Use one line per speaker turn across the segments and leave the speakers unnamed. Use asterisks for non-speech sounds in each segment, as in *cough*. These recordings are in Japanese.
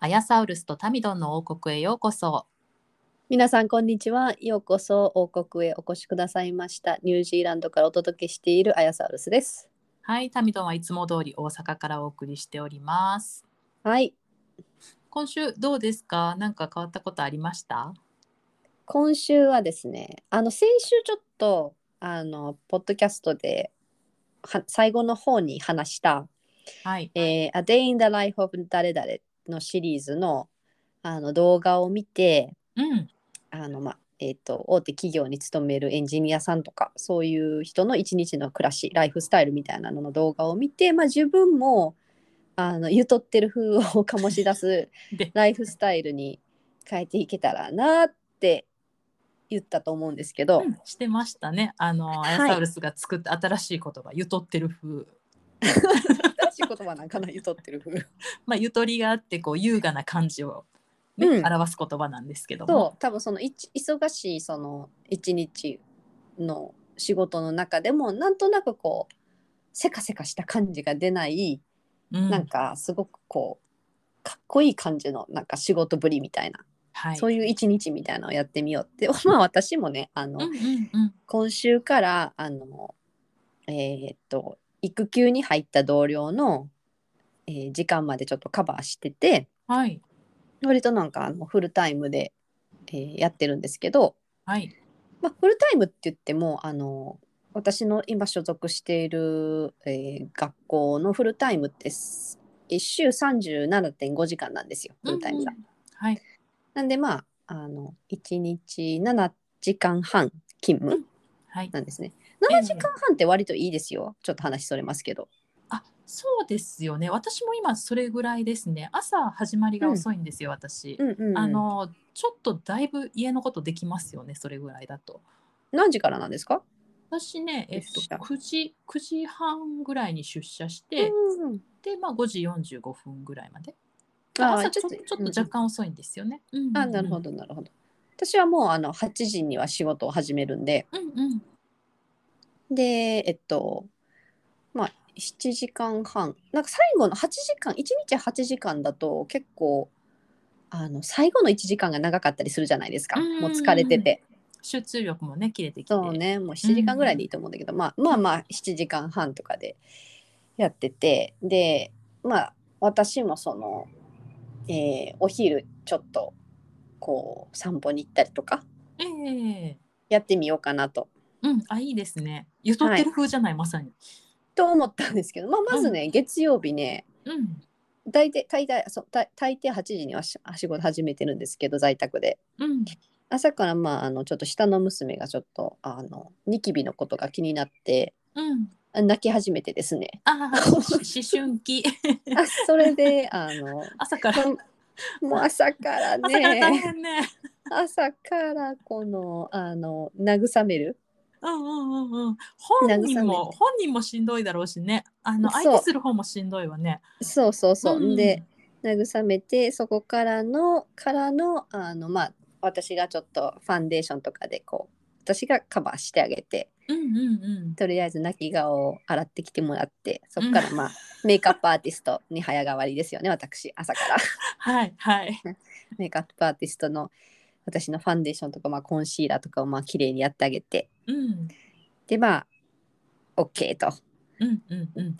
アヤサウルスとタミドンの王国へようこそ
皆さんこんにちは。ようこそ王国へお越しくださいました。ニュージーランドからお届けしているアヤサウルスです。
はいタミドンはいつも通り大阪からお送りしております
はい。
今週どうですかなんか変わったことありました
今週はですね、あの先週ちょっとあのポッドキャストでは最後の方に話した、
はい
えー A Day in the Life of 誰々のシリーズのあの動画を見て、
うん
あのまあえっと大手企業に勤めるエンジニアさんとかそういう人の一日の暮らしライフスタイルみたいなのの動画を見て、まあ、自分もあのゆとってる風を醸し
*laughs*
出す
で
ライフスタイルに変えていけたらなって言ったと思うんですけど、
うんしてましたねあのア
はい
ヤサウルスが作った新しい言葉ゆとってる風
新しい言葉なんかなゆとってる
*laughs*
風
まあゆとりがあってこう優雅な感じをね、
うん
表す言葉なんですけども
と多分その一忙しいその一日の仕事の中でもなんとなくこうせかせかした感じが出ない
うん
なんかすごくこうかっこいい感じのなんか仕事ぶりみたいな、
はい
そういう一日みたいなのをやってみようって *laughs* まあ私もねあの、
うんうんうん
今週からあのえーっと育休に入った同僚の、えー時間までちょっとカバーしてて
はい
割となんかあのフルタイムで、えーやってるんですけど、
はい
まあ、フルタイムって言ってもあの私の今所属している、えー学校のフルタイムってす1週37.5時間なんですよフルタイムが。
うんうんはい
なんでまああの1日7時間半勤務
はい
なんですね。
ええ
7時間半って割といいですよ。ちょっと話それますけど。
あそうですよね私も今それぐらいですね朝始まりが遅いんですよ、私、
うんうんうん
あのちょっとだいぶ家のことできますよねそれぐらいだと
何時からなんですか、
私ね、えっと、
出社
9時9時半ぐらいに出社して、
うんうん
で、まあ、5時45分ぐらいまで
あー
朝ちょ
ちょっと
ちょっと若干遅いんですよね、うんうんうん
あなるほどなるほど。私はもうあの8時には仕事を始めるんで。
うんうん
で、えっと、まあ、7時間半。なんか最後の8時間、1日8時間だと結構、あの、最後の1時間が長かったりするじゃないですか。
うん
もう疲れてて。
集中力もね切れてきて
そうね、もう7時間ぐらいでいいと思うんだけど、まあまあまあ、7時間半とかでやってて、で、まあ、私もその、えーお昼ちょっと、こう、散歩に行ったりとか、
ええ
やってみようかなと
うんあいいですねゆとってる風じゃない、まさに
と思ったんですけど、まあ、まずね、月曜日ね、
うん
大体大体そう大大抵8時にはし仕事始めてるんですけど在宅で
うん
朝からまああのちょっと下の娘がちょっとあのニキビのことが気になって
うん
あ泣き始めてです
*laughs*
ね
あー
*laughs*
思春期 *laughs*
あそれであの
朝から
こんもう朝から
朝から大
ね
変ね
朝からこのあの慰める
うんうんうんうん本人も
慰
本
め
人もしんどいだろうしねあの
そう
相手する方もしんどいわね
そうそうそう、
んん
で慰めてそこからのからのあのまあ私がちょっとファンデーションとかでこう私がカバーしてあげて
うんうんうん
とりあえず泣き顔を洗ってきてもらってそこからまあ、メイクアップアーティストに早変わりですよね私朝から *laughs*
はいはい
メイクアップアーティストの私のファンデーションとか、まあ、コンシーラーとかをまあ綺麗にやってあげて
うん
でまあ OK
*laughs*
と
うんうんうん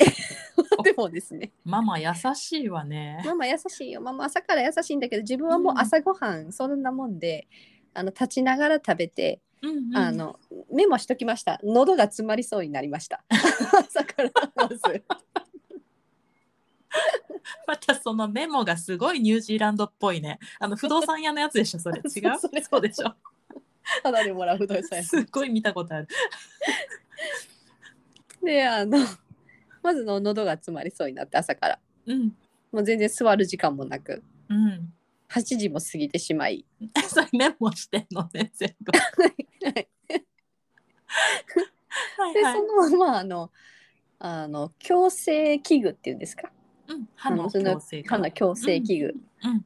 でもですね
ママ優しいわね
ママ優しいよママ朝から優しいんだけど自分はもう朝ごはんそんなもんで、あの立ちながら食べて、
うんうん
あのメモしときました喉が詰まりそうになりました
*laughs*
朝からまず
またそのメモがすごいニュージーランドっぽいね。あの不動産屋のやつでし *laughs* ょ、それ違う。
*laughs* それ
そうで
*laughs*
しょ。
ただでもらう不動産屋
すっごい見たことある。
であの *laughs* まずの喉が詰まりそうになって朝から
うん。
もう全然座る時間もなく
うん。 *laughs*
8時も過ぎてしまい
それメモしてんのね全部
で
はいはい
そのままあのあの矯正器具っていうんですか
うん歯
あ
の
のそんな
矯正
歯の矯正器具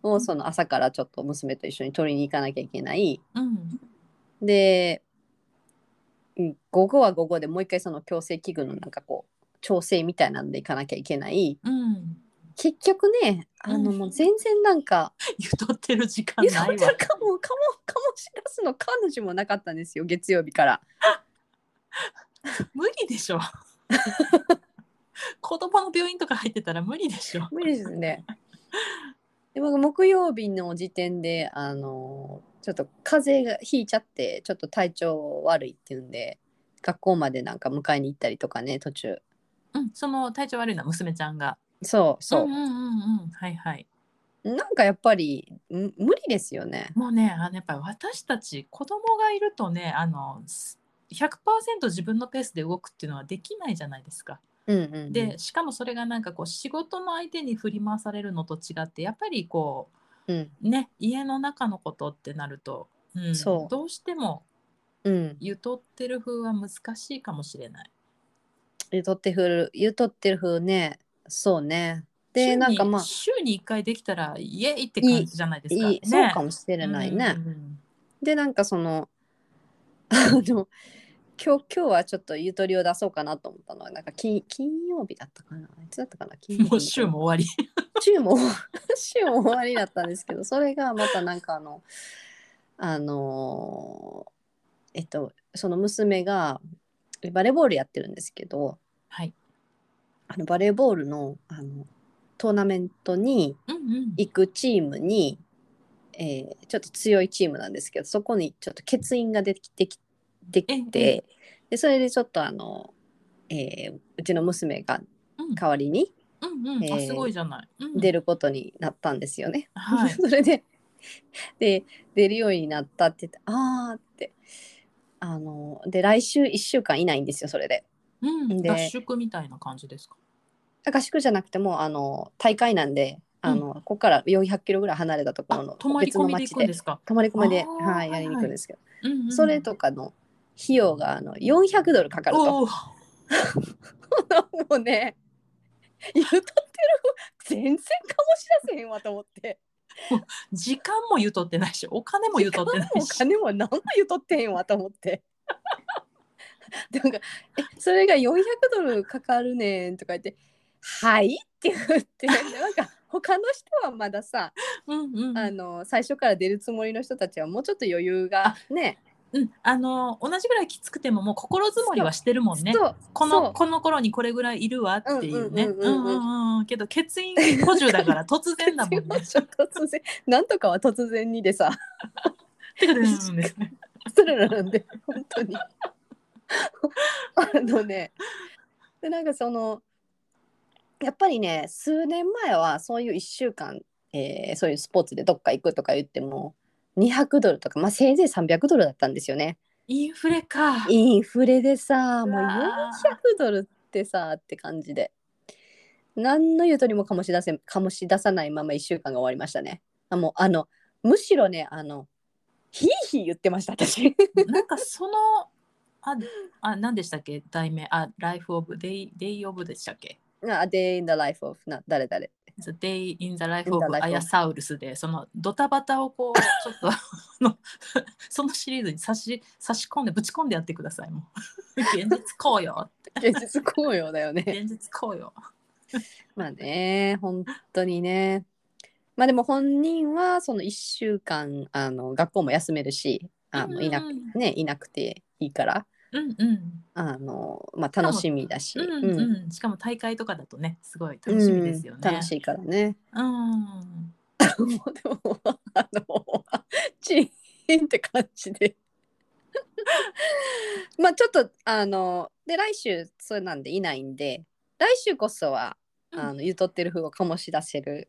うん
をその朝からちょっと娘と一緒に取りに行かなきゃいけない
うん
で、うん午後は午後でもう一回その矯正器具のなんかこう調整みたいなんで行かなきゃいけない
うん *laughs*
結局ねあの
うん
もう全然なんか
ゆとってる時間
言っ
ない
た
わ
かもかもかもし出すの彼女もなかったんですよ月曜日から。
無理で *laughs* しょ子供の病院とか入ってたら無理でしょ
無理です
*laughs*
ね。で僕木曜日の時点であのちょっと風邪がひいちゃってちょっと体調悪いっていうんで学校までなんか迎えに行ったりとかね途中
うんその体調悪いのは娘ちゃんが
そうそ
う
う
んうんうんうんはいはい
なんかやっぱりん無理ですよね。
もうねあのやっぱり私たち子供がいるとねあのす100%自分のペースで動くっていうのはできないじゃないですか。
うんうんうん、
でしかもそれがなんかこう仕事の相手に振り回されるのと違ってやっぱりこ
うん
うね家の中のことってなると、うん、
そう
どうしても
うん、
ゆとってる風は難しいかもしれない。
ゆとってふるゆとってるふねそうね。
週
で
に
なんかまあ
週に1回できたらイエイって感じじゃないですか。
い
ね
い、そうかもしれないね。
うんうん
でなんかそのあの今日今日はちょっとゆとりを出そうかなと思ったのはなんか金金曜日だったかないつだったかな金
うん
曜日
もう週も終わり。
週も *laughs* 週も終わりだったんですけどそれがまたなんかあのあのえっとその娘がバレーボールやってるんですけど
はい。
あのバレーボールのあのトーナメントに
うんうん。
行くチームに、えーちょっと強いチームなんですけどそこにちょっと欠員ができてきでき
え
てでそれでちょっとあの、えーうちの娘が
うん
代わりに
うんうん、あ
えー
すごいじゃない。うん、
出ることになったんですよね。
はい。
*laughs* それでで出るようになったって言ってあーってあので来週1週間いないんですよそれで。
うん、
で
合宿みたいな感じですか。
合宿じゃなくてもうあの大会なんであの、ここから400キロぐらい離れたところ
あ
の、
泊まり込みで行くんですか。
泊まり込みで
あ、ー
はい、やりに行くんですけど、
うんうんうん
それとかの費用があの400ドルかかると。
おお、
*laughs* もうね、言うとってる全然醸し出せへんわと思って。
時間もゆとってないし、お金もゆとってな
お
いし。
金も何も言うとってへんわと思って。 *laughs* なんかえそれが400ドルかかるねんとか言って「はい」って言ってなんか他の人はまださ
うんうん。
あの最初から出るつもりの人たちはもうちょっと余裕がね
うん、あの同じぐらいきつくてももう心づもりはしてるもんね。
そう
こ
そ
の
う
この頃にこれぐらいいるわっていうね。
うん
う
うんんう
う
んうんうん
んうん。けど欠員補充だ
*laughs*
から突然だもんね。
突然なんとかは突然にでさ
てかですね
それなんで本当にあのねでなんかそのやっぱりね数年前はそういう1週間、えーそういうスポーツでどっか行くとか言っても200ドルとか、まあ、せいぜい300ドルだったんですよね
インフレか。
インフレでさもう
う
400
わ
ドルってさって感じで何のゆとりも醸し出せ醸し出さないまま1週間が終わりましたねあもうあのむしろねあのヒーヒー言ってました私 *laughs*
なんかそのああ何でしたっけ題名あライフオブデイデイオブでしたっけ。
あ、Day in the Life of な
*laughs*
誰誰
The Day in the Life
In the
of
Life of
アヤサウルスでそのドタバタを
*laughs*
こうちょっとあの *laughs* そのシリーズに差し差し込んでぶち込んでやってくださいもう
*laughs*
現実こうよ
芸術紅葉だよね。
現実こうよ
まあね、本当にね。まあでも本人はその1週間あの学校も休めるし、あのいな
う
く
ん
ねいなくていいから、
うんうん
あのまあ楽しみだし、
うん
うん
うんしかも大会とかだとねすごい楽しみですよね、
うん楽しいからね。
うん
もうでもあのチーンって感じで。 *laughs* まあちょっとあので来週そうなんでいないんで来週こそは
うん
あのゆとってる風を醸し出せる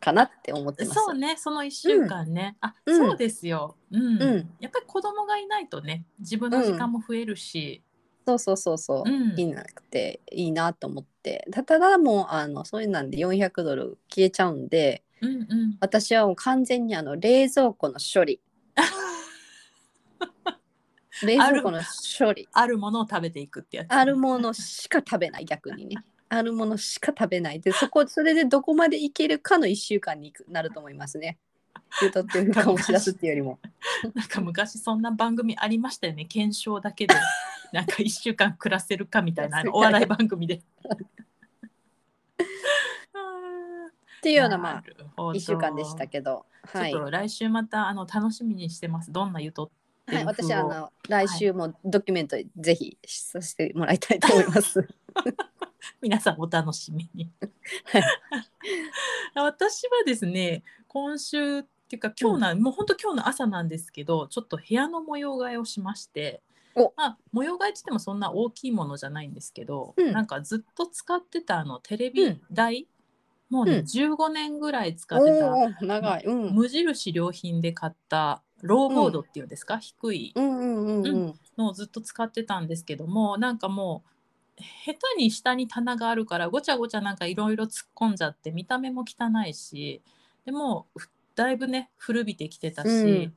かなって思ってます。
そうねその1週間ね、あ
うん
そうですよ、うん
うん
やっぱり子供がいないとね自分の時間も増えるし、
そうそうそうそう、
うん
いいなくていいなと思ってたただもうあのそういうなんで400ドル消えちゃうんで
うんうん
私はもう完全にあの冷蔵庫の処 *laughs* 理冷蔵庫の処理
あるものを食べていくってやつ
あるものしか食べない逆にねあるものしか食べないでそこそれでどこまでいけるかの1週間になると思いますね。歌っていうかをし出すっていうよりも。
*laughs* なんか昔そんな番組ありましたよね検証だ
*laughs*
けでなんか1週間暮らせるかみたいなあのお笑い番
*laughs*
組で。
っていうよう
*laughs*
なまあ
あ
1週間でした
け
けど、
ど
はい
ちょっと来週またあの楽しみにしてますどんなゆと *laughs* って
はいい、
う風
私あ
を
の来週もドキュメントぜひさせてもらいたいと思い *laughs* ます。
皆さんお楽しみに
はい。
*laughs* 私はですね今週っていうか今日な、もう本当今日の朝なんですけどちょっと部屋の模様替えをしまして
お
まあ、模様替えって言ってもそんな大きいものじゃないんですけど、
うん
なんかずっと使ってたあのテレ
う
ビ
ん
台、もうね、
うん
15年ぐらい使ってた
おおー長い。うん。
無印良品で買ったローボードっていうんですか、低い
うんうんうんうん。
のをずっと使ってたんですけどもなんかもう下手に下に棚があるからごちゃごちゃなんかいろいろ突っ込んじゃって見た目も汚いしでもうふだいぶね古びてきてたし、
うん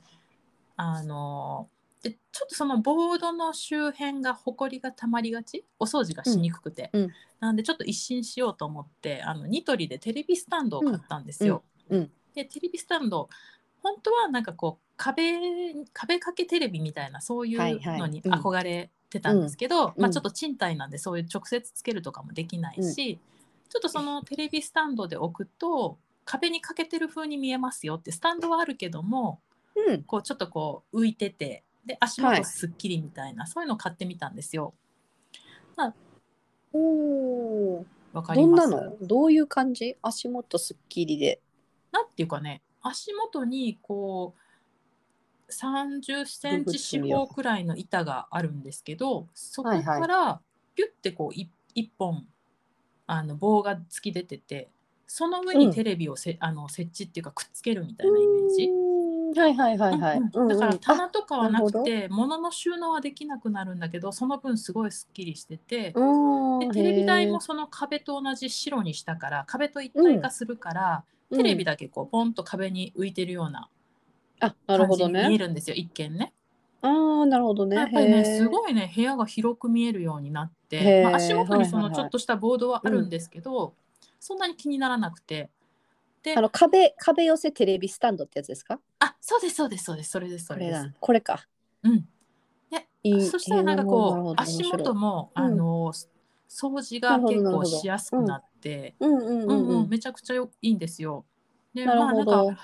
あのでちょっとそのボードの周辺がほこりがたまりがちお掃除がしにくくて、
うんうん
なんでちょっと一新しようと思ってあのニトリでテレビスタンドを買ったんですよ。
うんうん
でテレビスタンド本当はなんかこう壁壁掛けテレビみたいなそういう
はいはい
のに
うん
憧れてたんですけど、
うん
まあ、ちょっと賃貸なんでそういう直接つけるとかもできないし、ちょっとそのテレビスタンドで置くと壁にかけてる風に見えますよってスタンドはあるけども
うん。
こうちょっとこう浮いててで足元すっきりみたいな、そういうの買ってみたんですよ。
おお。
わかり
どん
ま
な
す
の？どういう感じ？足元すっきりで。
なんていうかね足元にこう30センチ四方くらいの板があるんですけどそこからピュッてこうい一本あの棒が突き出ててその上
うん
にテレビをせ、あの設置っていうかくっつけるみたいなイメージ。
うーんはいはいはいはい。
うんうんだから
うんうんあ
棚とかはなく
な
て物の収納はできなくなるんだけどその分すごいすっきりしてて、
う
で
ん
テレビ台
へ
もその壁と同じ白にしたから壁と一体化するから、
ー
テレビ
だ、
だけこうポンと壁に浮いてるような
うんあなる
感
ほ
じ
ど
に見え
ね
るんですよ、一見ね。
ああなるほどね
やっぱりねす
い
ごいね部屋が広く見えるようになっ
へ
て、
ー
まあ、足元にそ
は
の
いはい
ち
はい
ょっとしたボードはあるんですけど、そんなに気にならなくて
あの壁壁寄せテレビスタンドってやつですか
あそうですそうですそうですそれですそ
こ
れ
れ
で
だ
す。
これか
うん、
いい
そしたらなんか
えーなる
こ
ほ
う
ど
足元
面
も、
うん
あの掃除が結
なるほどなるほ
構
ど
しやすくなって、
白いうんうん
うん
うん、う
うんんめちゃくちゃよいいんですよ。で
なるほ
まあなん
ど
か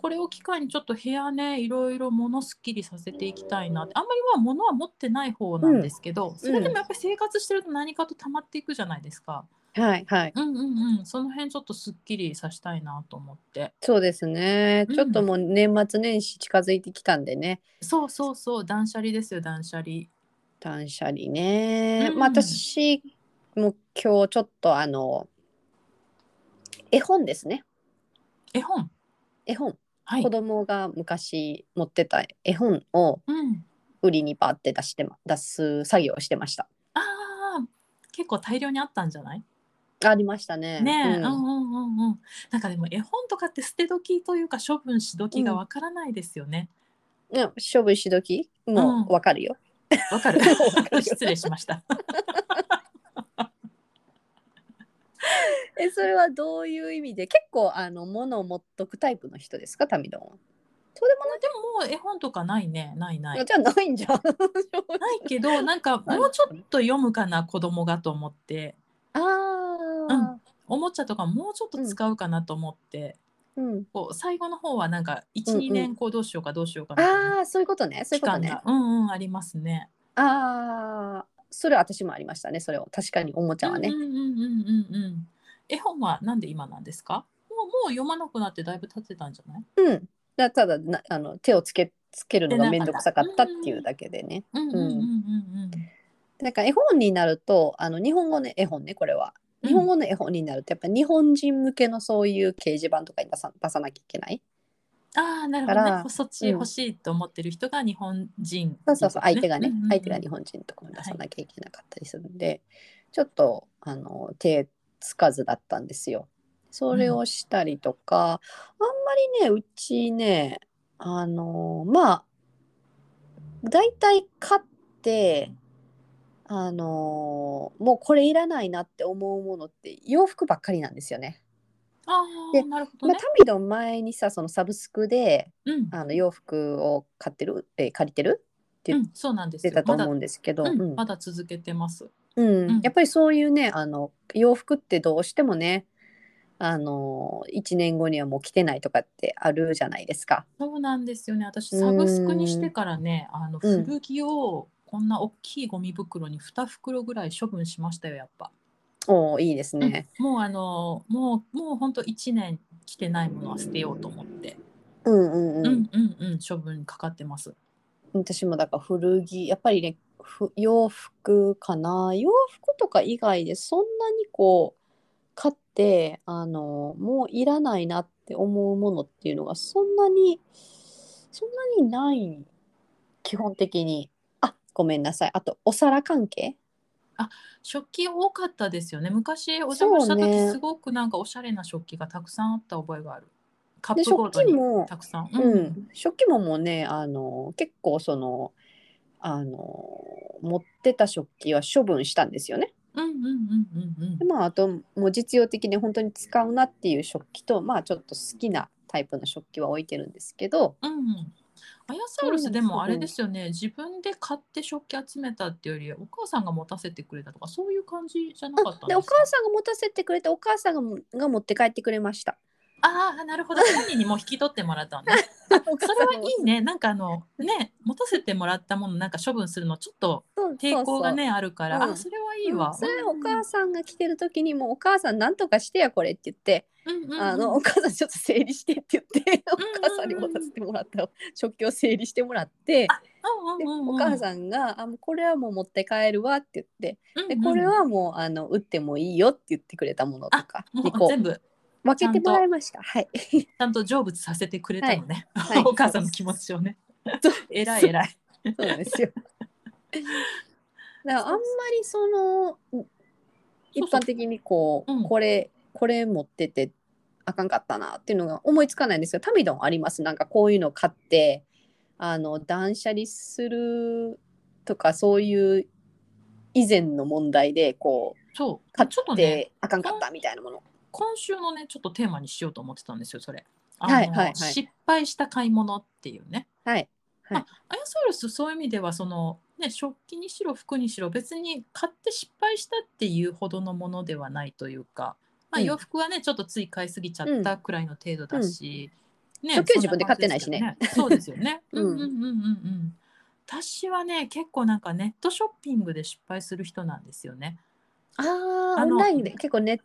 これを機会にちょっと部屋ねいろいろ物すっきりさせていきたいなってあんまりまあ物は持ってない方なんですけど、それでもやっぱり生活してると何かと溜まっていくじゃないですか、
はいはい
うん、うんうんその辺ちょっとすっきりさせたいなと思って
そうですね、
うん
ちょっともう年末年始近づいてきたんでね
そうそうそう断捨離ですよ断捨離
断捨離ね、
うん
まあ私も今日ちょっとあの絵本ですね
絵本
絵本
はい
子供が昔持ってた絵本を
うん
売りにバーって出して、ま、出す作業をしてました。
あー結構大量にあったんじゃない
ありましたね。
ねえ、う
うん
ん、うんうんうんなんかでも絵本とかって捨て時というか処分し時がわからないですよね
うん処分し時もうわかるよ。
わ、
*laughs*
かる
わかる
失礼しました
えそれはどういう意味で結構あの物を持っとくタイプの人ですかタミドンは。そうでもない。
でももう絵本とかないねないない
じゃあないん *laughs* じゃん。
ないけどなんか
ない
もうちょっと読むかな子供がと思って
ああ。
おもちゃとかもうちょっと使うかなと思って、
うん。
こう最後の方はなんか12、
うんう
年
ん
こうどうしようかどうしようかみたいな
ああそういうことね。そうい
期
うこと
間
ね。
が
あ
うんうんありますね。
あーそれは私もありましたね。それを確かにおもちゃはね。
うんうんうんうんうんうん絵本はなんで今なんですかもうもう読まなくなってだいぶ経ってたんじゃない
うん。だただなあの手をつけつけるのが面倒くさかったっていうだけでね。
うんうんうんうん
なんか絵本になるとあの日本語の絵本ねこれは。
うん。
日本語の絵本になるとやっぱ日本人向けのそういう掲示板とかに出さ出さなきゃいけない。
ああなるほ
か
ど
ら
ね。そっち欲しいと思ってる人が日本人、
そうそうそう相手がね、
うんうんうん
相手が日本人とかも出さなきゃいけなかったりするんで、ちょっとあの手つかずだったんですよ。それをしたりとか、あんまりねうちねあのまあ大体買ってあのもうこれいらないなって思うものって洋服ばっかりなんですよね。
あ
で
あ、なるほど
まあ、
ね
タ。ミドン前にさそのサブスクで
うん、
あの洋服を買ってる、えー借りてるって
うん、そうなんです
出
よ。
たと
まだ
思うんですけど、
うん
うん
まだ続けてます。
うん
うん
やっぱりそういうねあの洋服ってどうしてもねあの1年後にはもう着てないとかってあるじゃないですか。
そうなんですよね。私
うん
サブスクにしてからね、あの
うん
古着をこんな大きいゴミ袋に2袋ぐらい処分しましたよ、やっぱ。
おーいいですね。
もうあのもうもう本当1年着てないものは捨てようと思って。
うんう
う
んうん
んうんうん、処分かかってます。
私もだから古着やっぱりねふ洋服かな洋服とか以外でそんなにこう買ってあのもういらないなって思うものっていうのがそんなにそんなにない基本的にあごめんなさいあとお皿関係
食器多かったですよね。昔お邪魔した時、
そうね
すごくなんかおしゃれな食器がたくさんあった覚えがある。カ
で
ップゴ
食
ールドに
器も
たくさん。
うん、食器ももうねあの結構そのあの持ってた食器は処分したんですよね。
うんうんうんうんうん
で。まあ、あともう実用的に本当に使うなっていう食器と、まあ、ちょっと好きなタイプの食器は置いてるんですけど
うん。アヤサウルスでもあ
そう
れ
なん
で
です
よね、自分で買って食器集めたっていうより、お母さんが持たせてくれたとか、そういう感じじゃなかったん
で
で
お
すか
母さんが持たせてくれてお母さんがもが持って帰ってくれました。
ああ、なるほど。本人にも引き取ってもらったんで。
*laughs* お母
そ
さ
れは
ん
い
が
いね。なんかあの、ね、持たせてもらったものなんか処分するの、ちょっと
そう
抵抗がね、あるから、
うん
あ、それはいいわ。
それはお
う
母さんが来てる時にもうお母さんなんとかしてやこれって言って、
んうんうん
あのお母さんちょっと整理してって言って、お母さんに持たせてもらった食器を整理してもらって、
うんうんうんうん
でお母さんがあもうこれはもう持って帰るわって言って
うんうん
でこれはもうあの打ってもいいよって言ってくれたものとか
も
に
う
こ
全部
う分けてもらいました。はい
ちゃんと成仏させてくれたのね、
はいはい
お母さんの気持ちをね
そう
偉い偉い
そうなんですよ。だからあんまりその一般的にこう
そうそううん
これこれ持っててあかんかったなっていうのが思いつかないんですよ。タミドンありますなんかこういうの買ってあの断捨離するとかそういう以前の問題でこ
そう
う買
ちょっと
っ
ね
てあかんかったみたいなもの。
今週のねちょっとテーマにしようと思ってたんですよそれ。あの
はいはいはい
失敗した買い物っていうね。
はい。
アヤソウルスそういう意味ではその、ね、食器にしろ服にしろ別に買って失敗したっていうほどのものではないというか、まあ、
うん
洋服はね、ちょっとつい買いすぎちゃったくらいの程度だし、ね
食器は自分で買ってないしね
そんな感じですよね
*laughs*
そうですよね。
うん
うんうんうんうんうん私はね結構なんかネットショッピングで失敗する人なんですよね。
ああ
あ
オ
の
ンラインで結構ネッ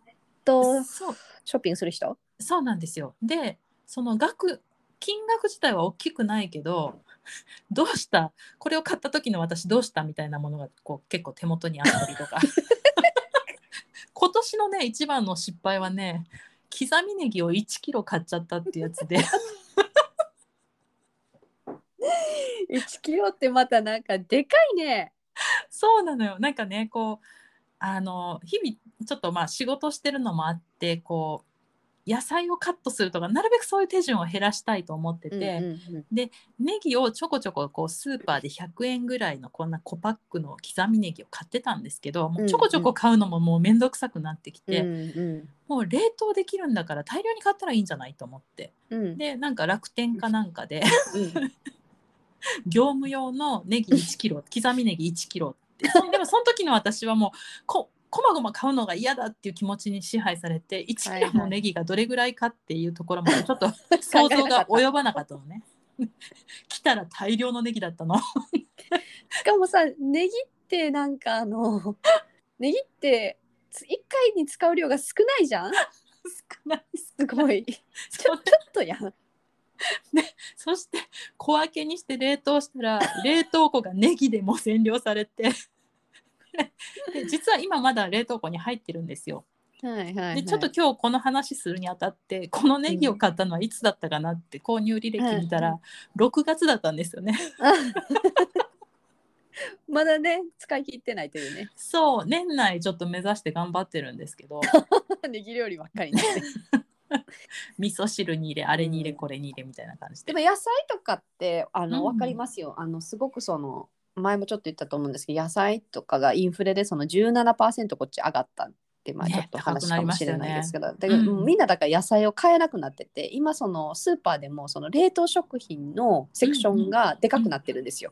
ト
そう
ショッピングする *laughs* 人
そうなんですよ。で、その額、金額自体は大きくないけど、 *laughs* どうした、これを買った時の私どうしたみたいなものがこう結構手元にあったり
*laughs*
とか。今年のね、一番の失敗はね、刻みネギを1キロ買っちゃったってやつで、 *laughs*
1キロってまたなんかでかいね。
そうなのよ。なんかね、こう、あの、日々、ちょっとまあ仕事してるのもあって、こう、野菜をカットするとか、なるべくそういう手順を減らしたいと思ってて、
うんうん
ネギをちょこちょここうスーパーで100円ぐらいのこんな小パックの刻みネギを買ってたんですけどもうちょこちょこ買うのももう面倒くさくなってきて、
うん
もう冷凍できるんだから大量に買ったらいいんじゃないと思って
うんうん、
でなんか楽天かなんかで *laughs*
うん
業務用のネギ1キロ刻みネギ1キロってそんでもその時の私はもうここまごま買うのが嫌だっていう気持ちに支配されて1キロのネギがどれぐらいかっていうところまでちょっと想像が及ばなかったのね。 *laughs* 来たら大量のネギだったの。
*laughs* しかもさネギってなんかあの *laughs* ネギってつ一回に使う量が少ないじゃん *laughs*
少ないす
すごいち
そ
ょちょっとやん
そして小分けにして冷凍したら冷凍庫がネギでも占領されてで実は今まだ冷凍庫に入ってるんですよ。
はいはい、は
でちょっ
*laughs*
と今日この話するにあたってこのネギを買ったのはいつだったかなって購入履歴見た
う
ら6月だったんですよね。
あまだね使い切ってないというね *laughs*
そう年内ちょっと目指して頑張ってるんですけど
ネギ料理ばっかりね
味噌汁に入れあれに入れこれに入れみたいな感じで
でも野菜とかってあの
うん
分かりますよ、あのすごくその前もちょっと言ったと思うんですけど野菜とかがインフレでその17%こっち上がったって、まあ、
ね
ちょっと話かもしれないですけど、
よ
だ
ね
から
うん
うんみんなだから野菜を買えなくなってて今そのスーパーでもその冷凍食品のセクションがでかくなってるんですよ。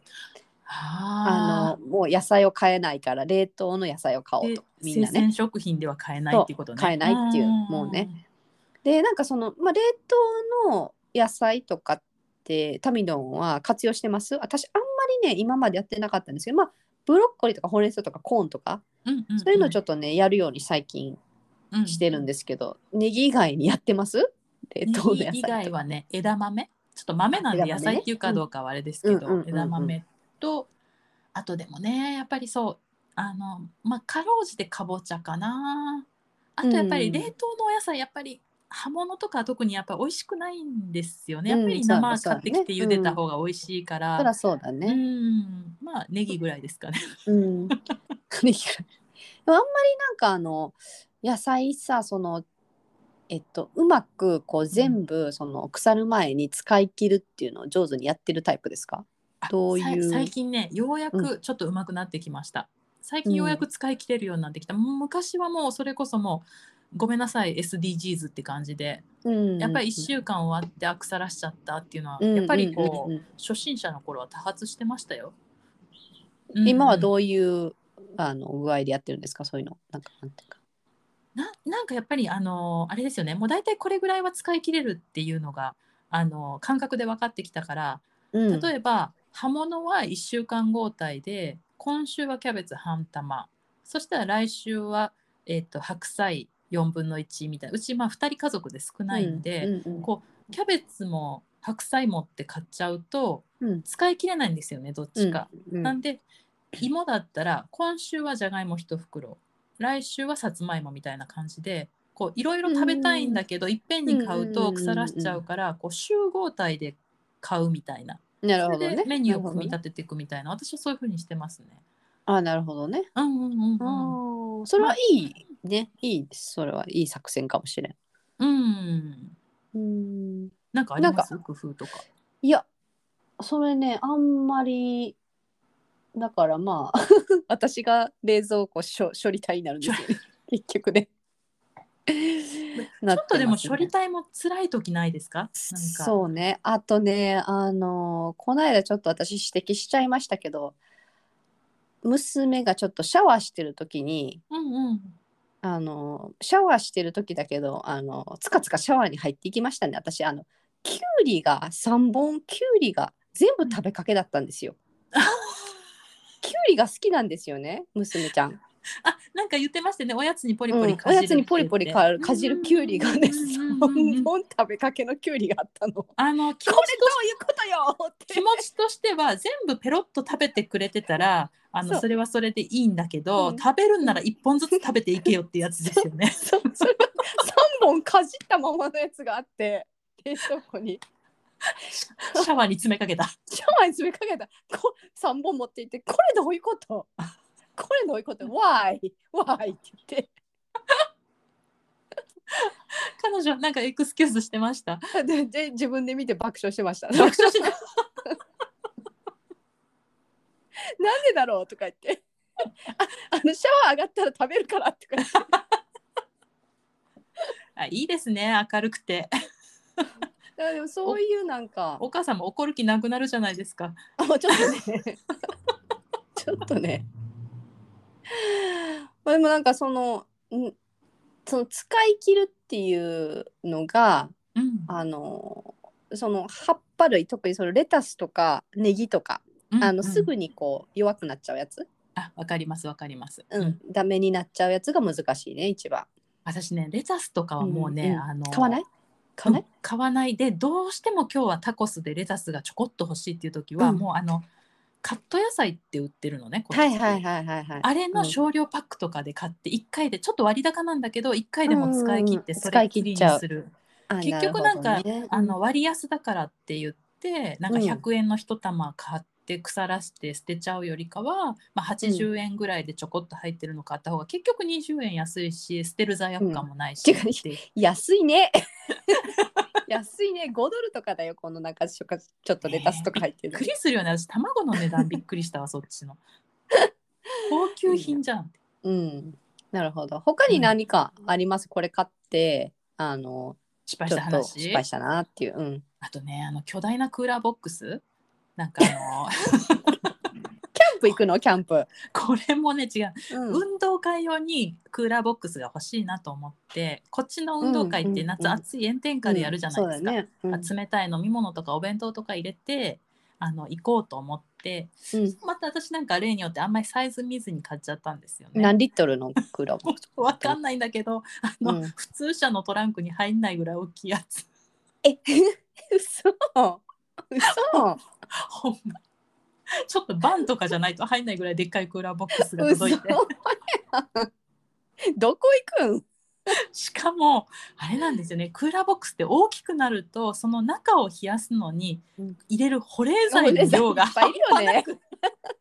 あ
あ
のもう野菜を買えないから冷凍の野菜を買おう
で
とみんな
生
ね。
鮮食品では買えないっていうことね
そう買えないっていうんもうねでなんかその、まあ、冷凍の野菜とかってタミドンは活用してます私あんまりね今までやってなかったんですけど、まあ、ブロッコリーとかほうれん草とかコーンとか
うんうん
そういうのちょっとねやるように最近
っ
してるん
で
ですけど、ネギ以外にやってます冷凍の野
以
菜
外
とか。
はね枝豆ちょっと豆なんで
枝豆
野
ね
菜っていうかどうかはあれですけど、
うんうんうんうん
枝豆とあとでもねやっぱりそうあのまあかろうじてかぼちゃかなあとやっぱり
うん
冷凍のお野菜やっぱり葉物とか特にやっぱ美味しくないんですよねや
う
っ
ん
ぱり
そう
生
だそ
買
うだ
ってきて茹でた方が美味しいから、
そりゃそうだ
う
ね。
んまあネギぐらいですかね。
*laughs* うん、ネギ以外でもあんまりなんかあの野菜さそのえっとうまくこう全部その腐る前に使い切るっていうのを上手にやってるタイプですか
あ
どういう
さ最近ねようやくちょっと上手くなってきました、最近ようやく使い切れるようになってきた、もう昔はもうそれこそもうごめんなさい SDGs って感じでや
や
っぱり1週間終わってあ腐らしちゃったっていうのは、
うん
やっぱりこう,、
うんうん
初心者の頃は多発してましたよ、
うん今は
う
どういうあの具合でやってるんですかそういうのなんかなんていうか
んななんかやっぱりあのあれですよねもう大体これぐらいは使い切れるっていうのがあの感覚で分かってきたから、
うん
例えば葉物は1週間合体で今週はキャベツ半玉そしたら来週は、えっと白菜4分の1みたいなうちまあ2人家族で少ないんで、
うんうん
こうキャベツも白菜もって買っちゃうと
うん
使い切れないんですよねどっちか。
うん
なんで芋だったら今週はじゃがいも1袋来週はさつまいもみたいな感じでこういろいろ食べたいんだけどいっぺんに買うと腐らしちゃうからこう集合体で買うみたいな
なる
そ
ほど
れ
ね
でメニューを組み
なるほどね
立てていくみたいな、私はそういうふうにしてますね。
あなるほどね
うんうんうんうん。
あーそれはいいねいいですそれはいい作戦かもしれん
うん。
うん
なんかあります工夫とか。
いやそれねあんまりだからまあ *laughs* 私が冷蔵庫処処理隊になるんですよね結局ね
ちょっとでも処理
隊
体も辛い時ないですかなんか。
そうねあとねあのこの間ちょっと私指摘しちゃいましたけど娘がちょっとシャワーしてる時に
う。うんうん。
あのシャワーしてる時だけどあのつかつかシャワーに入っていきましたね私あのきゅうりが3本きゅうりが全部食べかけだったんで
*laughs*
すよ。きゅうりが好きなんですよね娘ちゃん。
あ、なんか言ってましたね。おやつにポリポ
う
リ
ん
か
お
じる
や
って言って。
つにポリポリかかじるきゅうりがね
うん
3
うんうんうん
本食べかけのきゅうりがあ
*laughs*
ったの。こ
あの気
れ
持
ど
ちと
ういうことよって
気持ちとしては全部ペロッと食べてくれてたら。あの
そう
それはそれでいいんだけど、
うん
食べるんなら1本ずつ食べていけよってやつですよ
*laughs*
ね。
そうそれは3本かじったままのやつがあって冷蔵庫に。
シャワーに詰めかけた。
シャワーに詰めかけたこ3本持っていってこれどうい
*laughs*
うことこれどういうこと ?Why?Why? って言って
彼女なんかエクスキューズしてました。
でで自分で見て爆笑し
*laughs*
てました。なん
爆笑してた
でだろうとか言ってああのシャワー上がったら食べるからとか言って
あいいですね明るくて
だからでもそういうなんか
お母さんも怒る気なくなるじゃないですか
あちょっ
*laughs*
とねちょっとねまあでもなんかそのんその使い切るっていうのが
うん
あのその葉っぱ類特にそのレタスとかネギとかあのすぐ
に
にこう弱くなっちゃうやつ、
あわかりますわかります、
うんダメになっちゃうやつが難しいね一番
私ねレタスとかはもうね、
うんうん
あの
買わない買わない
うん買わないでどうしても今日はタコスでレタスがちょこっと欲しいっていう時は、
うん
もうあのカット野菜って売ってるのねこっち
はいはいはいはいはい
あれの
うん
少量パックとかで買って1回でちょっと割高なんだけど1回でも使い切って
うんうん
そ
使
れっ
い
き
切
り
っ
に
ちゃう
する
あ
結局なんか
なるほどね
あの割安だからって言ってなんか
うん
100円の一玉買っって腐らして捨てちゃうよりかは、まあ、80円ぐらいでちょこっと入ってるの買った方が結局20円安いし捨てる罪悪感もないし、
うん
っていう
安いね安いね5ドルとかだよこの中ちょっとレタスとか入って
びっく
る、
りするよね私卵の値段びっくりしたわそっち
*laughs*
の高級品じゃんって
うんなるほど他に何かあります、これ買ってあの
失敗し
ちょ
た
っと
話
失敗したなっていう、うん、
あとねあの巨大なクーラーボックスなんか
*laughs*
あの
キャンプ行くのキャンプ、
これもね違う
うん
運動会用にクーラーボックスが欲しいなと思ってこっちの運動会って
うん
夏
うんうん
暑い炎天下でやるじゃないですか、
うんそうだね
冷たい飲み物とかお弁当とか入れてあの行こうと思って
うんうん
また私なんか例によってあんまりサイズ見ずに買っちゃったんですよね。
何リットルの黒
もうわかんないんだけどあの、
うん
普通車のトランクに入んないぐらい大きいやつ
え嘘嘘
ほんまちょっとバンとかじゃないと入んないぐらいでっかいクーラーボックスが
嘘
届いて
どこ行くん
しかもあれなんですよねクーラーボックスって大きくなるとその中を冷やすのに
うん
入れる保冷剤の量が
いっぱいいるよね
半端なく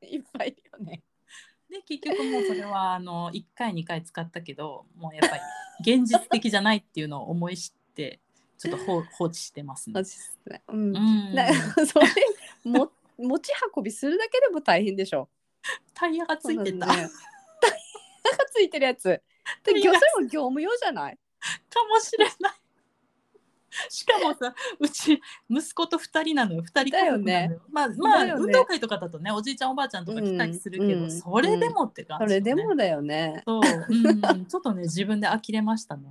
いっぱいいるよね
*laughs* で結局もうそれはあの1回2回使ったけどもうやっぱり現実的じゃないっていうのを思い知ってちょっと
*laughs*
放放置してますね
マ。ジっすねうん
うん
な *laughs* それも持ち運びするだけでも大変でしょ。
タイヤがついてた、
そうなんですねタイヤがついてるやつ。で、
タイヤ
業
が
それも業務用じゃない。
かもしれない。しかもさうち息子と2人なのよ2人家族なのよ
だよね
まあまあ、
だよね
運動会とかだとねおじいちゃんおばあちゃんとか来たりするけど、
うんうん
それでもって感
そ
じ、ね
れでもだよね。
そう、
*laughs*
うん、ちょっとね自分で呆れましたね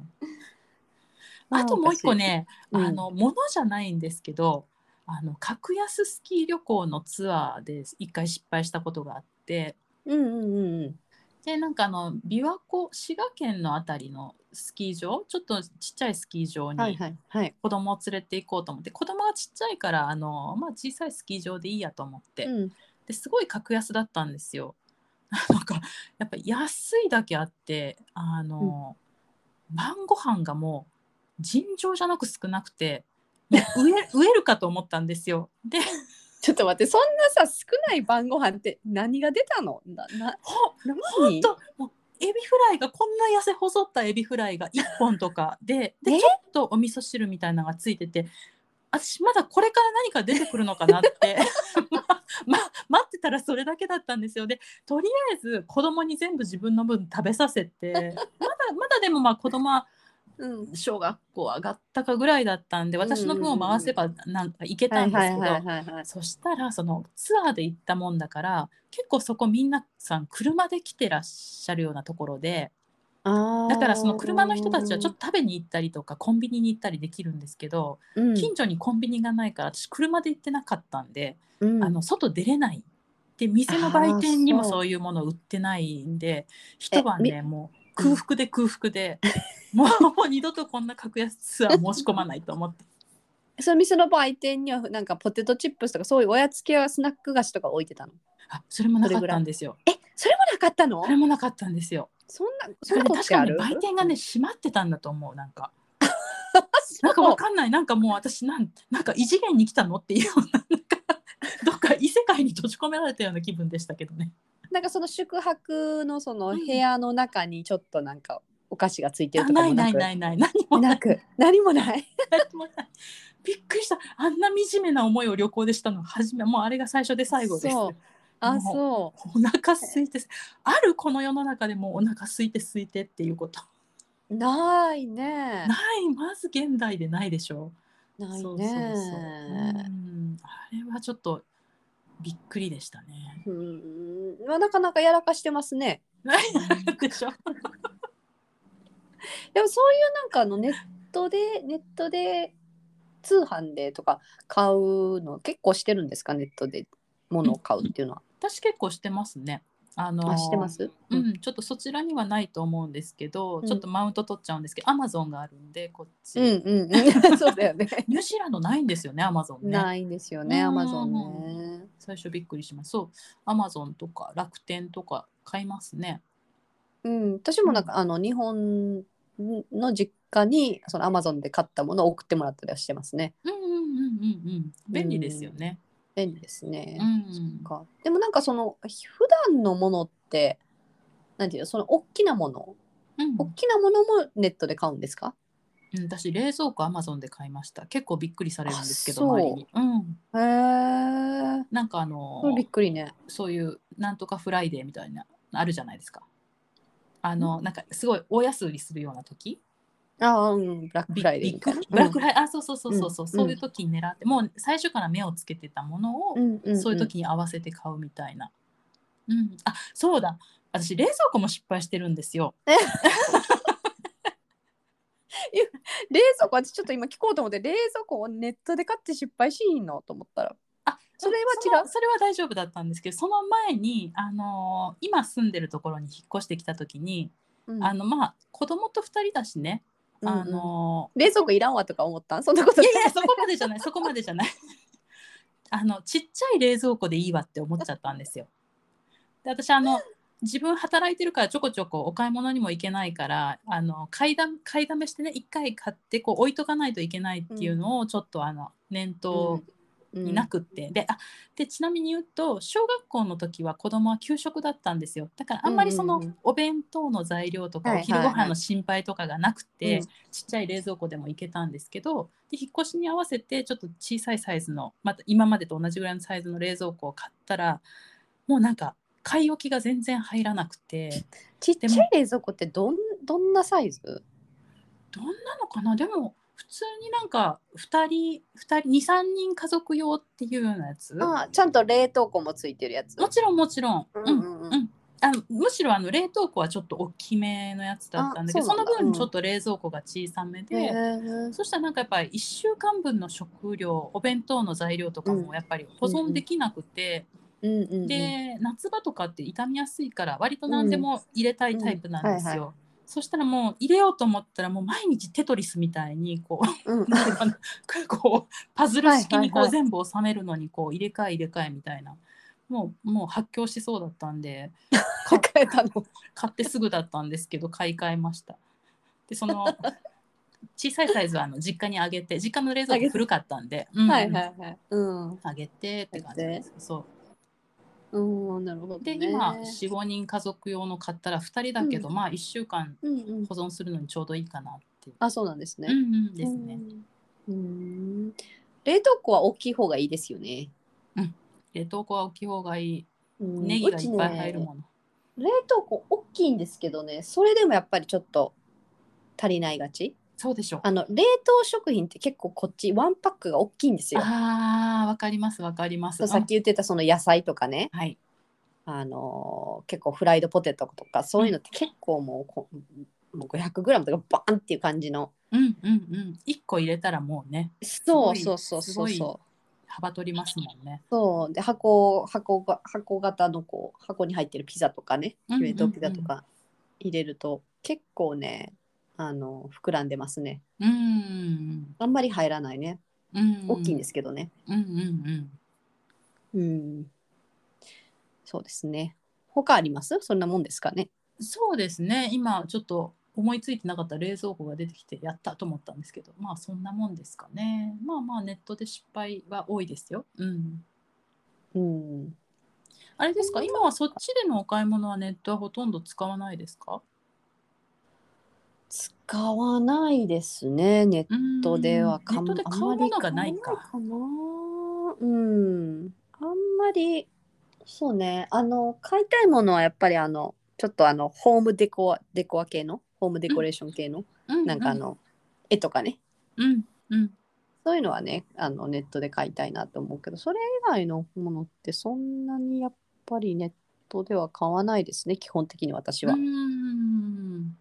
あともう一個ね、
うん
あの物じゃないんですけどあの格安スキー旅行のツアーで一回失敗したことがあって
うんうんうんうん。
でなんかあの琵琶湖滋賀県のあたりのスキー場ちょっとちっちゃいスキー場
はい
に
はいはい。
子供を連れて行こうと思って子供がちっちゃいからあの、まあ、小さいスキー場でいいやと思って、
うん
ですごい格安だったんですよ。 *laughs* なんかやっぱ安いだけあってあの、晩ご飯がもう尋常じゃなく少なくてもう飢え飢えるかと思ったんですよ。で
ちょっと待って、そんなさ少ない晩ご飯って何が出たの？なな
ほ
何？
ともうエビフライがこんな痩せ細ったエビフライが1本とか
*laughs*
でで
え
ちょっとお味噌汁みたいなのがついてて私まだこれから何か出てくるのかなって
*laughs*
ま、ま、待ってたらそれだけだったんですよでとりあえず子供に全部自分の分食べさせ
*laughs*
てまだまだでもまあ子供は
うん。
小学校上がったかぐらいだったんで私の分を回せばなんかいけ
は
たん
い
ですけ
は
ど、
いはいはいはい。
そしたらそのツアーで行ったもんだから結構そこみんなさん車で来てらっしゃるようなところで
あー
だからその車の人たちはちょっと食べに行ったりとかコンビニに行ったりできるんですけど
うん
近所にコンビニがないから私車で行ってなかったんで
うん
あの外出れないで店の売店に
あ
も
ーそう
そういうもの売ってないんで一晩
み
ねもう空腹で空腹
*laughs*
でもうもう二度とこんな格安ツアー申し込まないと思って
その店の売店にはなんかポテトチップスとかそういうおやつ系はスナック菓子とか置いてたの。
あそれもなかったんですよ
え、それもなかったの
そ？れもなかったんですよ
そんな、
そ
そん
れね
なことっ
確
て
か
あ
に
る
売店
*laughs*
がね、閉まってたんだと思うなんか
な
なんん
か
か
わ
わ
か
かんないなんかもう私なんなんか異次元に来たのっていうようななんかどっか異世界に閉じ込められたような気分でしたけどね
なんかその宿泊のその
う
部
ん
屋の中にちょっとなんかお菓子がついてる
あ
とか
な
も
い
な
な
く
いないない何もない
なく何もない
何もない *laughs* びっくりしたあんな惨めな思いを旅行でしたの初めもうあれが最初で最後です
そうあ
もう
そ
お腹空いてあるこの世の中でもうお腹空いて空いてっていうこと
うないね
ないまず現代でないでしょう
ない
そうそうそう
ね
うんあれはちょっとびっくりでしたね。
うんまあなかなかやらかしてますね
でしょ
でもそういうなんかあのネットで *laughs* ネットで通販でとか買うの結構してるんですかネットで物を買うっていうのは、
*laughs* 私結構してますね。あの
あしてます、
う
うん
ん、ちょっとそちらにはないと思うんですけど、
うん
ちょっとマウント取っちゃうんですけどアマゾンがあるんでこっち、
うんうん
*laughs*
うんそうだよね
ニュージーランドないんですよねアマゾンね
ないんですよね
う
ア
ん
マゾンね
最初びっくりしますそうアマゾンとか楽天とか買いますね
うん、私もなんか、あの日本の実家にそのアマゾンで買ったものを送ってもらったりはしてますね。
うんうんうんうんうん便利ですよね、
便利ですね。
うん
かでもなんかその普段のものってなんていうのその大きなもの
うん
大きなものもネットで買うんですか、
うん、私冷蔵庫アマゾンで買いました結構びっくりされるんですけど
あそう
周りに、うん、
へえ
なんかあの
びっくりね。
そういうなんとかフライデーみたいなあるじゃないですかあのなんかすごい大安売りするような時
ああうんブラック
ビ
フライデ
ビッ
ーみ
グ
たい
フ
な。
ラックフライあそうそうそうそうそう、
うん
そういう時に狙ってもう最初から目をつけてたものを、
うんうんん
そういう時に合わせて買うみたいなうんあそうだ私冷蔵庫も失敗してるんですよ
冷蔵庫私ちょっと今聞こうと思って冷蔵庫をネットで買って失敗しんのと思ったら
あ
それ
の
は違う
それは大丈夫だったんですけどその前に、あのー今住んでるところに引っ越してきた時に、
うん
あのまあ子供と2人だしね、
うん
あの
冷蔵庫いらんわとか思ったんそんなこと
ーいやいやそこまでじゃないそこまでじゃないあのちっちゃい冷蔵庫でいいわって思っちゃったんですよ。で私あの自分働いてるからちょこちょこお買い物にも行けないからあの買いだ買いだめしてね一回買ってこう置いとかないといけないっていうのをちょっとあの念頭、
うん
になくって、であでちなみに言うと小学校の時は子供は給食だったんですよだからあんまりその
うんうんうん
お弁当の材料とか
は
お
いはい
昼ご飯の心配とかがなくて、
うん
ちっちゃい冷蔵庫でも行けたんですけどで引っ越しに合わせてちょっと小さいサイズのまた今までと同じぐらいのサイズの冷蔵庫を買ったらもうなんか買い置きが全然入らなくて
ちっちゃい冷蔵庫ってどんどんなサイズ
どんなのかなでも普通になんか2人2人23人家族用っていうようなやつ
あちゃんと冷凍庫もついてるやつ
もちろんもちろん、
う
うん
んうんうん
あのむしろあの冷凍庫はちょっと大きめのやつだったんだけど
あ
そ
そうなんだ
の分ちょっと冷蔵庫が小さめ
へ
で、
ー
そしたらなんかやっぱり1週間分の食料お弁当の材料とかもやっぱり保存できなくて、
うんうんうん
で夏場とかって傷みやすいから割と何でも入れたいタイプなんですよ。
うんうん
そしたらもう入れようと思ったらもう毎日テトリスみたいにこう
*laughs* うん
なんていうかなこうパズル式にこ
は
う
いはいは
全
い
部収めるのにこう入れ替え入れ替えみたいなもうもう発狂しそうだったんで
抱えたの。
買ってすぐだったんですけど買い替えましたでそ
*laughs*
の小さいサイズはあの実家にあげて実家の冷蔵庫古かったんで、うん
はいはいはい。うん。
あげてって感じなんですそう
うん、なるほど、ね。
で今45人家族用の買ったら2人だけど、
うん
まあ1週間
うんうん。
保存するのにちょうどいいかなっていう、
あ、そうなんですね。
うんうんですね、
うん。うん。冷凍庫は大きい方がいいですよね。
冷凍庫は置き方がいい
うん
ネギがいっぱい入る
う
もの、
ちね冷凍庫大きいんですけどね、それでもやっぱりちょっと足りないがち。
そうでしょう
あの冷凍食品って結構こっちワンパックが大きいんですよ。
ああ、わかります、わかります。
さっき言ってたその野菜とかね、
うんはい。
あのー結構フライドポテトとかそういうのって結構もうこもう 500g とかバーンっていう感じの
うんうんうん。一個入れたらもうね、
そう
す
そ
ごいう
そう
す
そ
ご
う
い
そう
幅取りますもんね。
そうで箱箱が箱型のこう箱に入ってるピザとかね
うんうんうん
冷凍ピザとか入れると結構ねあの膨らんでますね
うーん。
あんまり入らないね
うん、。
大きいんですすけどね
うんうん
うん、そうですね他ありますそんなもんですかね
うん。そうですね。今ちょっと思いついてなかった冷蔵庫が出てきてやったと思ったんですけど、まあそんなもんですかね。まあまあネットで失敗は多いですよ。うん。
うん
あれですか。今はそっちでのお買い物はネットはほとんど使わないですか。
使わないですねネッ
うーん
トではか
ネットで買うものがないか。
あんまり買わないかなうんあんまりそうねあの買いたいものはやっぱりあのちょっとあのホームデコアデコア系のホームデコレーション系の、
う
なんかあ。の絵とかね
うんうん。
そういうのはねあのネットで買いたいなと思うけどそれ以外のものってそんなにやっぱりネットでは買わないですね基本的に私
う
は
ー。ん。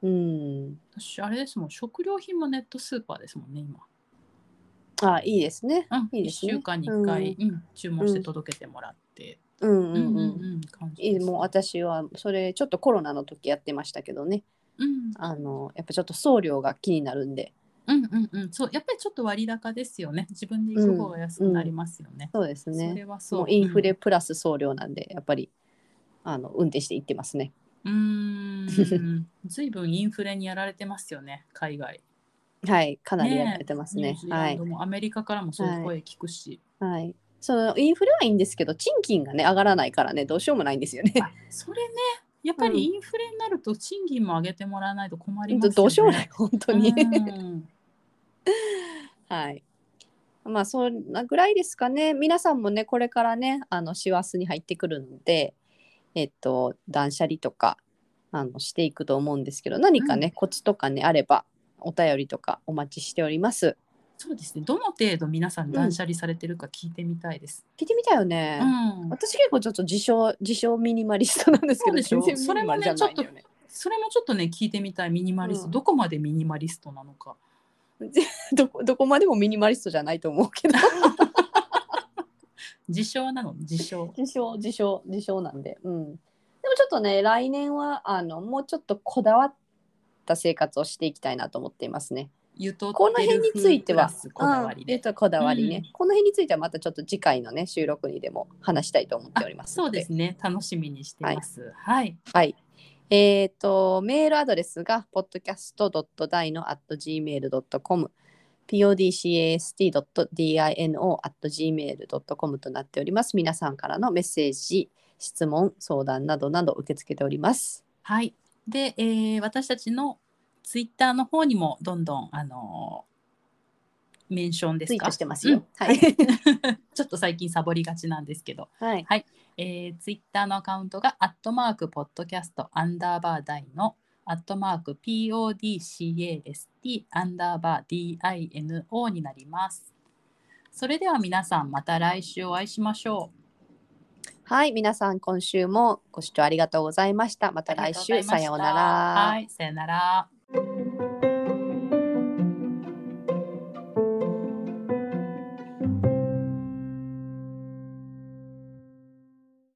うん、
私あれですもん食料品もネットスーパーですもんね今、
あいいですね。
うん、
いいですね
1週間に1回、うん注文して届けてもらって、
うん
う
うんうん
ん感じ
い
で
い
す
もう私はそれちょっとコロナの時やってましたけどね
うん
あのやっぱちょっと送料が気になるんで
うんうんうんそうやっぱりちょっと割高ですよね自分で行く方が安くなりますよね、
そうです
そ
ね
れはそう
もうインフレプラス送料なんでやっぱりあの運転して行ってますね
うんうーんずいぶんインフレにやられてますよね海外
はいかなり
ねえ
やられてます
ニュー
ね
ジー
は
ラン
い
ドもアメリカからもそういう声聞くし、
はいそのインフレはいいんですけど賃金がね上がらないからねどうしようもないんですよね。
あそれねやっぱりインフレになると賃金も上げてもらわないと困りますよね。
*laughs* どうしようもない本当に。
うん
はい。まあそんなぐらいですかね。皆さんもねこれからねあの師走に入ってくるので、えっと断捨離とかあのしていくと思うんですけど、何かね、
うん
コツとかねあればお便りとかお待ちしております。
そうですね。どの程度皆さん断捨離されてるか聞いてみたいです。
聞いてみたよ
う
ね。
ん。
私結構ちょっと自称自称ミニマリストなんですけ
そ
ど、
うでしょ
全然ミニマリじゃないんだよね。
それもちょっとね聞いてみたいミニマリスト、
うん
どこまでミニマリストなのか。
どこどこまでもミニマリストじゃないと思うけど、
自称なの自称。
自称自称自称なんで、うん。でもちょっとね来年はあのもうちょっとこだわった生活をしていきたいなと思っていますね。
ゆと
この辺については
ってる風プラスこだわり
うんえ
で
っ。とこだわりね、
う
この辺についてはまたちょっと次回のね収録にでも話したいと思っております
そう
ので。
ですね。楽しみにしてます。はい。
はい。えっ、と、メールアドレスが、podcast.dino.gmail.com、podcast.dino.gmail.com となっております。皆さんからのメッセージ、質問、相談などなど受け付けております。
はい。で、えー私たちのツイッターの方にもどんどんあのーメンションです
ツ
か。
イートしてますよ。
うん
は
*laughs*
い。
ちょっと最近サボりがちなんですけど、
はい。
えー、ツイッターのアカウントが、アットマーク、ポッドキャスト、アンダーバー、ダイの、アットマーク、PODCAST、アンダーバー、DINO になります。それでは皆さん、また来週お会いしましょう。
はい。皆さん、今週もご視聴ありがとうございました。また来
あ
週、
りがとうござ
さ
いま
よう
した
なら。
はい、さよなら。